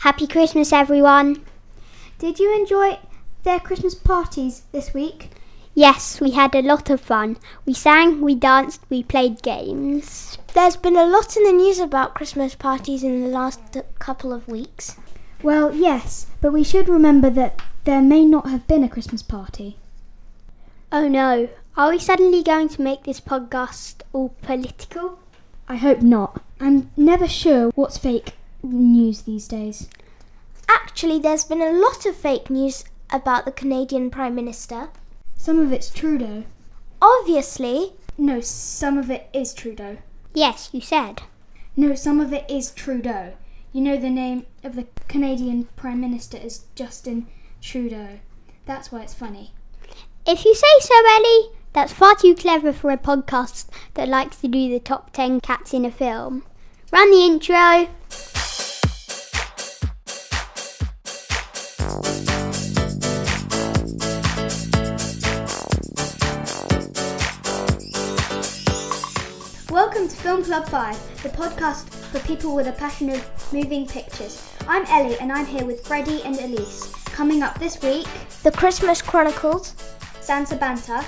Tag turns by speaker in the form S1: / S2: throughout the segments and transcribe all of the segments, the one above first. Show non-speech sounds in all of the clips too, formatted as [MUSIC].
S1: Happy Christmas, everyone.
S2: Did you enjoy their Christmas parties this week?
S1: Yes, we had a lot of fun. We sang, we danced, we played games.
S3: There's been a lot in the news about Christmas parties in the last couple of weeks.
S2: Well, yes, but we should remember that there may not have been a Christmas party.
S1: Oh no, are we suddenly going to make this podcast all political?
S2: I hope not. I'm never sure what's fake news these days.
S3: Actually, there's been a lot of fake news about the Canadian Prime Minister.
S2: Some of it's Trudeau.
S3: Obviously,
S2: No, some of it is Trudeau.
S1: Yes, you said.
S2: No, some of it is Trudeau. You know the name of the Canadian Prime Minister is Justin Trudeau. That's why it's funny.
S1: If you say so, Ellie, that's far too clever for a podcast that likes to do the top 10 cats in a film. Run the intro.
S2: Welcome to Film Club 5, the podcast for people with a passion of moving pictures. I'm Ellie and I'm here with Freddie and Elise. Coming up this week,
S3: the Christmas Chronicles,
S2: Santa Banta,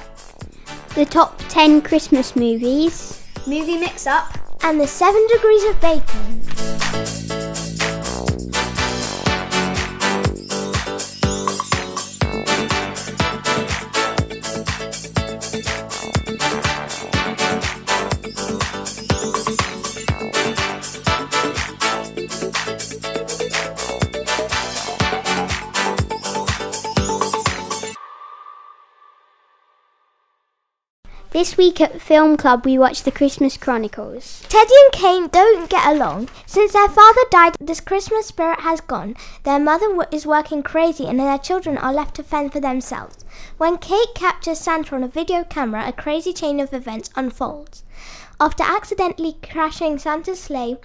S1: The top 10 Christmas movies.
S2: Movie Mix Up,
S3: and the Seven Degrees of Bacon.
S1: This week at Film Club, we watched The Christmas Chronicles.
S3: Teddy and Kane don't get along. Since their father died, this Christmas spirit has gone. Their mother w- is working crazy, and their children are left to fend for themselves. When Kate captures Santa on a video camera, a crazy chain of events unfolds. After accidentally crashing Santa's sleigh,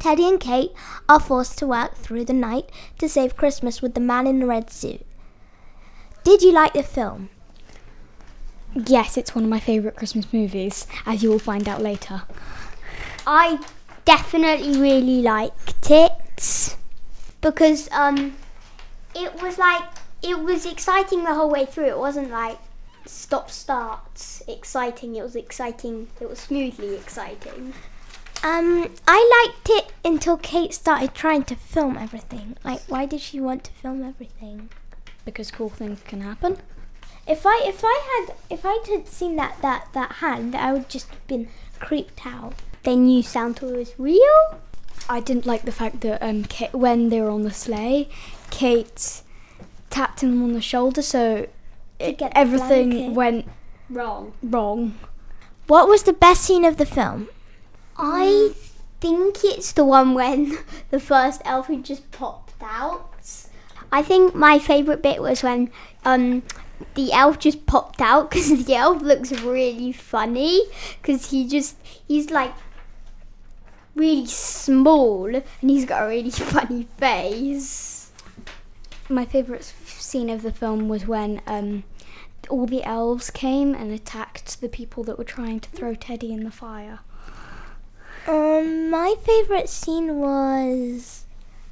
S3: Teddy and Kate are forced to work through the night to save Christmas with the man in the red suit. Did you like the film?
S4: Yes, it's one of my favourite Christmas movies, as you will find out later.
S1: I definitely really liked it because um, it was like it was exciting the whole way through. It wasn't like stop starts exciting. It was exciting. It was smoothly exciting.
S3: Um, I liked it until Kate started trying to film everything. Like, why did she want to film everything?
S4: Because cool things can happen.
S3: If I if I had if I had seen that that that hand, I would just have been creeped out.
S1: They knew Santa was real.
S4: I didn't like the fact that um, Kate, when they were on the sleigh, Kate tapped him on the shoulder, so it,
S3: get the
S4: everything
S3: blanket.
S4: went
S1: Wrong.
S4: wrong.
S3: What was the best scene of the film?
S1: I think it's the one when [LAUGHS] the first elf who just popped out. I think my favourite bit was when um, the elf just popped out [LAUGHS] because the elf looks really funny because he just he's like really small and he's got a really [LAUGHS] funny face.
S4: My favourite s- scene of the film was when um, all the elves came and attacked the people that were trying to throw Teddy in the fire.
S3: Um, my favorite scene was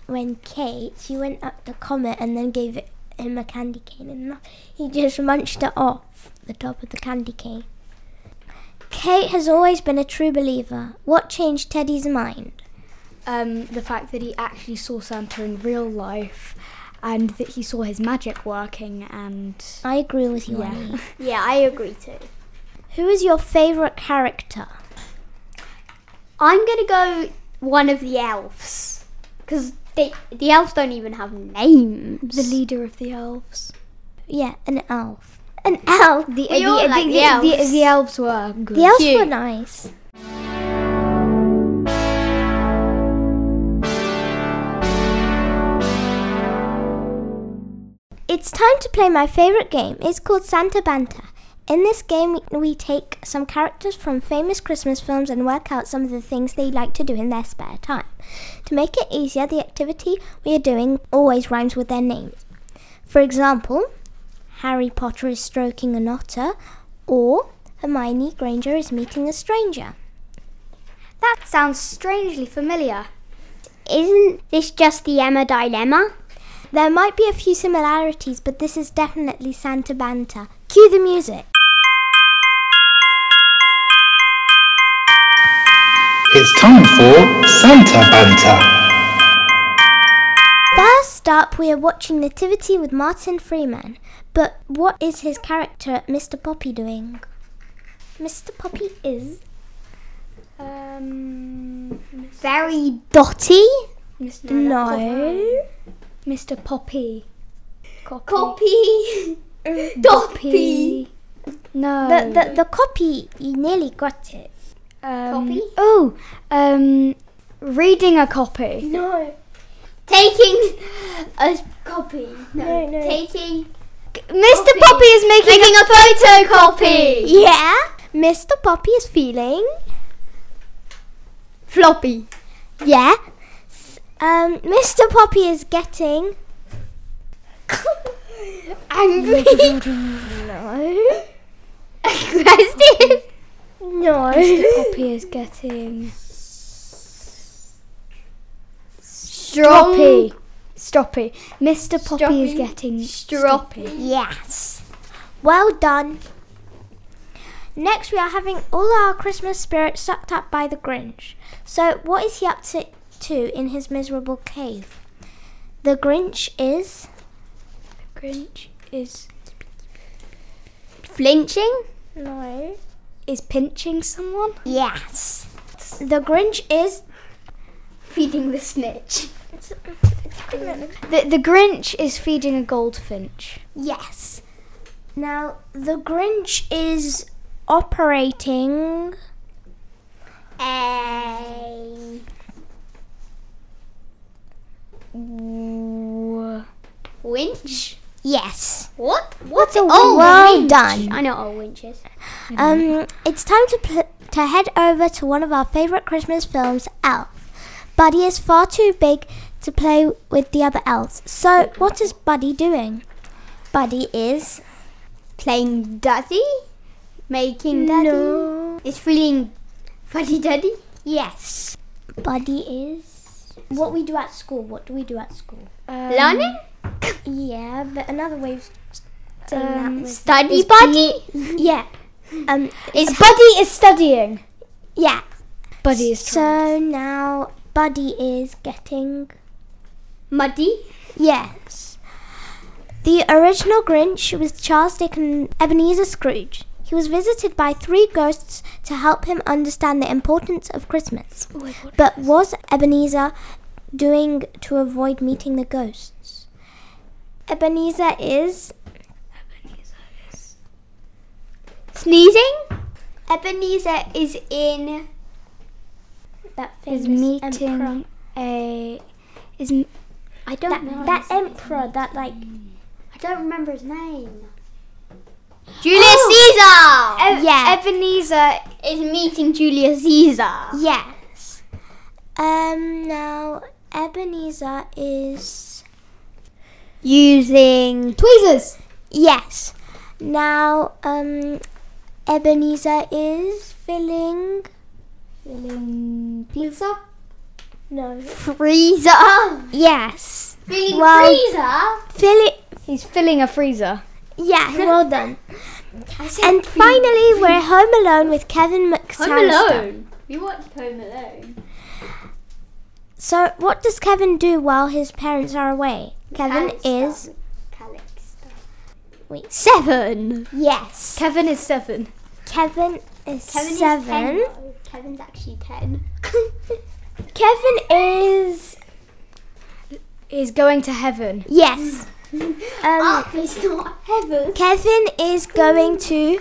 S3: when Kate she went up the comet and then gave it, him a candy cane, and he just munched it off the top of the candy cane. Kate has always been a true believer. What changed Teddy's mind?
S4: um, the fact that he actually saw Santa in real life and that he saw his magic working and
S3: I agree with you.
S4: Yeah.
S3: Annie. [LAUGHS]
S1: Yeah, I agree too.
S3: Who is your favorite character?
S1: I'm gonna go one of the elves because they the elves don't even have names.
S4: the leader of the elves.
S3: Yeah, an elf.
S1: An elf.
S4: The,
S1: We all like the
S4: the,
S1: elves.
S4: the elves were good.
S3: The elves
S1: Cute.
S3: were nice. It's time to play my favorite game. It's called Santa Banta. In this game, we, we take some characters from famous Christmas films and work out some of the things they like to do in their spare time. To make it easier, the activity we are doing always rhymes with their names. For example, Harry Potter is stroking an otter, or Hermione Granger is meeting a stranger.
S2: That sounds strangely familiar.
S1: Isn't this just the Emma dilemma?
S3: There might be a few similarities, but this is definitely Santa Banta. Cue the music.
S5: It's time for Santa Banter.
S3: First up, we are watching Nativity with Martin Freeman. But what is his character, Mr. Poppy, doing? Mr. Poppy is
S4: Um,
S1: Very dotty.
S4: Mr.
S3: no.
S4: Mr. Poppy. Copy.
S1: Copy.
S4: Poppy. No.
S3: The, the the copy you nearly got it.
S4: um,
S1: copy?
S4: Oh, um, reading a copy.
S3: No.
S1: Taking a copy. No,
S3: no.
S1: Taking
S4: Mr. Poppy is making,
S1: making a photocopy.
S3: Yeah. Mr. Poppy is feeling
S1: Floppy.
S3: yeah. S- Um, Mr. Poppy is getting [LAUGHS]
S1: Angry.
S3: no [LAUGHS]
S1: Aggressive.
S3: no
S4: Poppy is getting
S1: Strong.
S4: Poppy. Stoppy. Mr. Poppy is getting stroppy.
S3: yes. Well done. Next, we are having all our Christmas spirit sucked up by the Grinch. So, what is he up to, to in his miserable cave? The Grinch is
S4: Grinch is
S1: Flinching.
S3: no.
S4: is pinching someone.
S3: Yes. The Grinch is
S1: Feeding the snitch.
S4: The the Grinch is feeding a goldfinch.
S3: Yes. Now, the Grinch is operating.
S1: A winch.
S3: Yes.
S1: What? What's
S3: a
S1: oh,
S3: well
S1: winch.
S3: done.
S1: I know what a winch is.
S3: Um, it's time to pl- to head over to one of our favorite Christmas films, Elf. Buddy is far too big to play with the other elves. So, what is Buddy doing? Buddy is
S1: Playing daddy. Making daddy. It's feeling fuddy duddy.
S3: yes. Buddy is what we do at school. What do we do at school?
S1: Learning.
S3: Yeah, but another way of saying that was
S1: Study buddy.
S3: yeah. Um,
S1: It's buddy is studying.
S3: yeah.
S4: Buddy is trying.
S3: So now Buddy is getting
S1: Muddy.
S3: Yes. The original Grinch was Charles Dickens Ebenezer Scrooge. He was visited by three ghosts to help him understand the importance of Christmas.
S1: Oh
S3: but was Ebenezer doing to avoid meeting the ghosts? Ebenezer is
S1: Sneezing. Ebenezer is in.
S3: that
S4: is
S3: famous
S4: meeting
S3: emperor.
S4: a is m-
S1: I don't know.
S3: That emperor, that like
S1: I don't remember his name. Julius
S3: Oh,
S1: Caesar.
S4: Oh!
S3: yeah,
S1: Ebenezer is meeting Julius Caesar.
S3: yes. Um, now Ebenezer is
S1: Using tweezers.
S3: Yes. Now, um, Ebenezer is filling.
S1: Filling pizza.
S3: No.
S1: Freezer.
S3: Yes.
S1: Filling
S3: Well-
S1: freezer.
S3: Fill it.
S4: he's filling a freezer.
S3: Yeah, well done. and finally, we're home alone with Kevin McAllister.
S1: We watched Home Alone.
S3: So, what does Kevin do while his parents are away? Kevin is. Wait.
S1: Seven.
S3: Yes.
S4: Kevin is seven.
S3: Kevin is
S1: Kevin is ten.
S3: seven.
S1: though. Kevin's actually ten.
S3: [LAUGHS] Kevin is.
S4: Is going to heaven.
S3: Yes.
S1: [LAUGHS]
S3: um,
S1: Up is Uh, not heaven.
S3: Kevin is going to.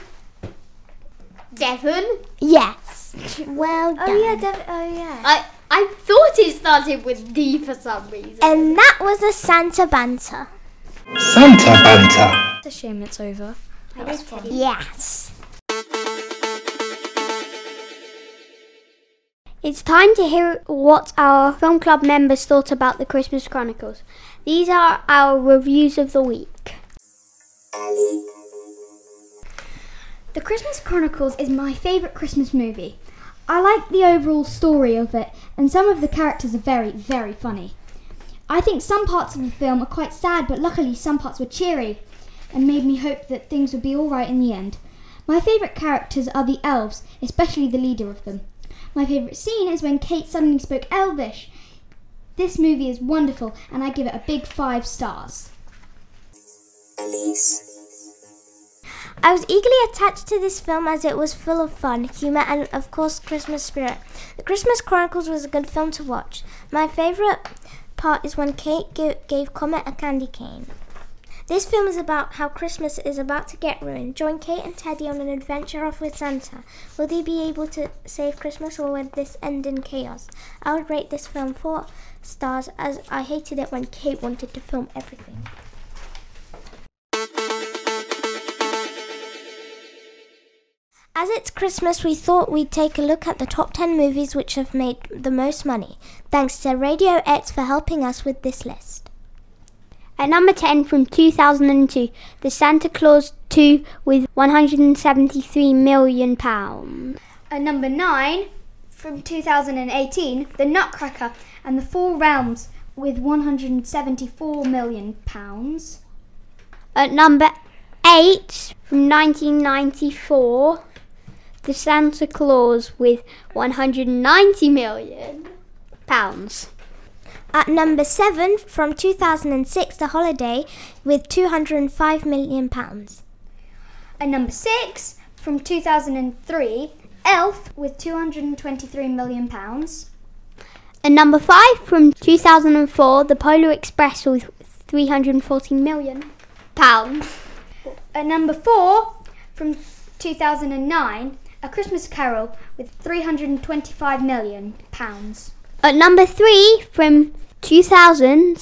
S1: Devon.
S3: Yes. Well done.
S4: oh yeah.
S1: I I thought it started with D for some reason.
S3: And that was a Santa banter.
S5: Santa Banter.
S4: It's a shame it's over.
S3: Yes.
S1: It's time to hear what our film club members thought about the Christmas Chronicles. These are our reviews of the week.
S2: The Christmas Chronicles is my favourite Christmas movie. I like the overall story of it and some of the characters are very, very funny. I think some parts of the film are quite sad, but luckily some parts were cheery and made me hope that things would be alright in the end. My favourite characters are the elves, especially the leader of them. My favourite scene is when Kate suddenly spoke Elvish. This movie is wonderful, and I give it a big five stars.
S3: I was eagerly attached to this film as it was full of fun, humour, and of course, Christmas spirit. The Christmas Chronicles was a good film to watch. My favourite part is when Kate gi- gave Comet a candy cane. This film is about how Christmas is about to get ruined. Join Kate and Teddy on an adventure off with Santa. Will they be able to save Christmas or will this end in chaos? I would rate this film four stars as I hated it when Kate wanted to film everything. As it's Christmas, we thought we'd take a look at the top 10 movies which have made the most money. Thanks to Radio X for helping us with this list.
S1: At number 10 from 2002, The Santa Claus 2 with 173 million pounds.
S2: At number 9, from 2018, The Nutcracker and the Four Realms with 174 million pounds.
S1: At number 8 from 1994, The Santa Claus with 190 million pounds.
S3: At number 7 from 2006, The Holiday with 205 million pounds.
S2: At number 6, from 2003, Elf with 223 million pounds.
S1: At number 5 from 2004, The Polar Express with 340 million pounds.
S2: At number 4, from 2009, A Christmas Carol with 325 million pounds.
S1: At number 3 from 2000,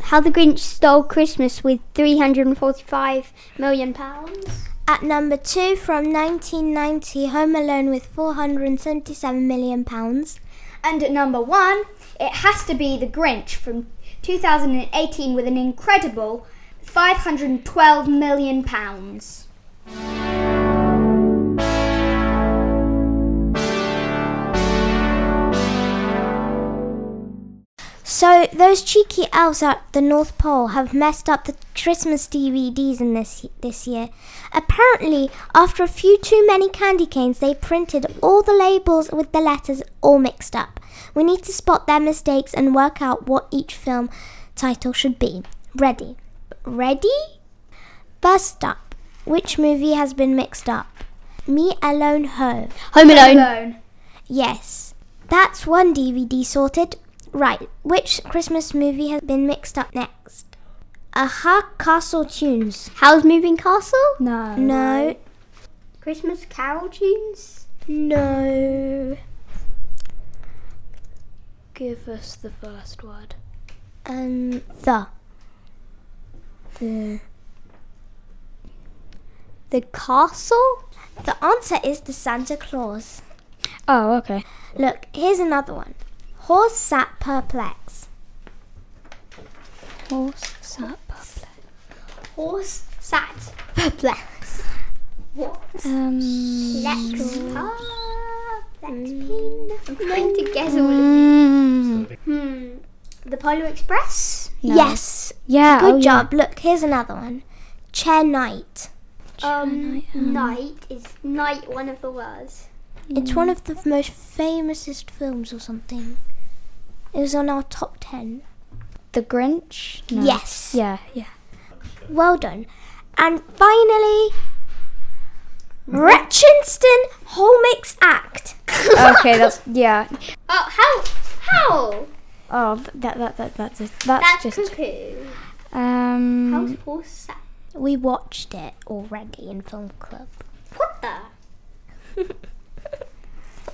S1: How the Grinch Stole Christmas with 345 million pounds.
S3: At number 2 from 1990, Home Alone with 477 million pounds.
S2: And at number one, it has to be The Grinch from 2018 with an incredible 512 million pounds.
S3: So, those cheeky elves at the North Pole have messed up the Christmas DVDs in this this year. Apparently, after a few too many candy canes, they printed all the labels with the letters all mixed up. We need to spot their mistakes and work out what each film title should be. Ready? Ready? First up, which movie has been mixed up? Me Alone Ho.
S1: Home Alone.
S2: Alone.
S3: Yes. That's one DVD sorted. Right, which Christmas movie has been mixed up next? Aha Castle Tunes.
S1: How's Moving Castle?
S2: No.
S3: No,
S1: Christmas Carol tunes?
S3: no.
S4: Give us the first word.
S3: Um, the. The. The castle? The answer is the Santa Claus.
S4: Oh, okay.
S3: Look, here's another one. Horse sat perplexed.
S4: Horse sat perplexed.
S1: Horse sat perplexed. What?
S4: Um,
S1: Let's pin.
S4: mm.
S1: I'm trying to guess all Hmm. The Polar Express?
S3: Yes.
S4: yeah.
S3: Good
S4: oh, yeah.
S3: job. Look, here's another one. Chair night.
S1: Um,
S4: uh-huh.
S1: night is night one of the words.
S4: Mm.
S3: It's one of the f- most famousest films or something. It was on our top 10.
S4: The Grinch. No.
S3: Yes.
S4: Yeah. Yeah.
S3: Well done. And finally, Retchinston Holmix Act.
S4: okay. That's yeah.
S1: [LAUGHS] Oh, how? How?
S4: Oh, th- that that that that's just, that's,
S1: That's
S4: just
S1: cuckoo.
S4: um.
S1: How's horse sat?
S3: We watched it already in film club.
S1: What the?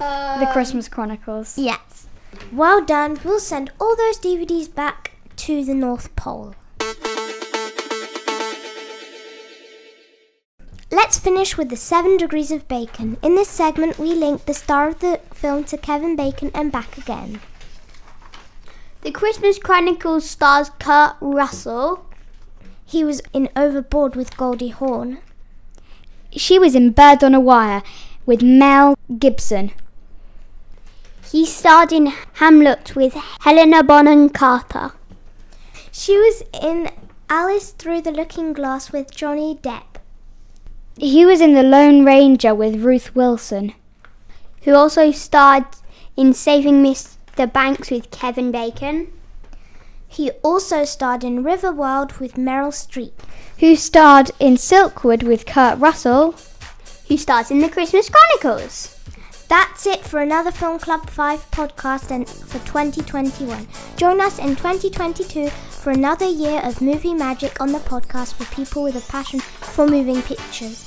S1: uh,
S4: The Christmas Chronicles.
S3: Yes. Well done. We'll send all those DVDs back to the North Pole. Let's finish with the seven degrees of bacon. In this segment, we link the star of the film to Kevin Bacon and back again.
S1: The Christmas Chronicles stars Kurt Russell.
S3: He was in Overboard with Goldie Hawn.
S4: She was in Bird on a Wire with Mel Gibson.
S1: He starred in Hamlet with Helena Bonham Carter.
S3: She was in Alice Through the Looking Glass with Johnny Depp.
S4: He was in The Lone Ranger with Ruth Wilson.
S1: who also starred in Saving Mr. Banks with Kevin Bacon.
S3: He also starred in Riverworld with Meryl Streep.
S4: Who starred in Silkwood with Kurt Russell?
S1: Who stars in The Christmas Chronicles?
S3: That's it for another Film Club 5 podcast and for 2021. Join us in 2022 for another year of movie magic on the podcast for people with a passion for moving pictures.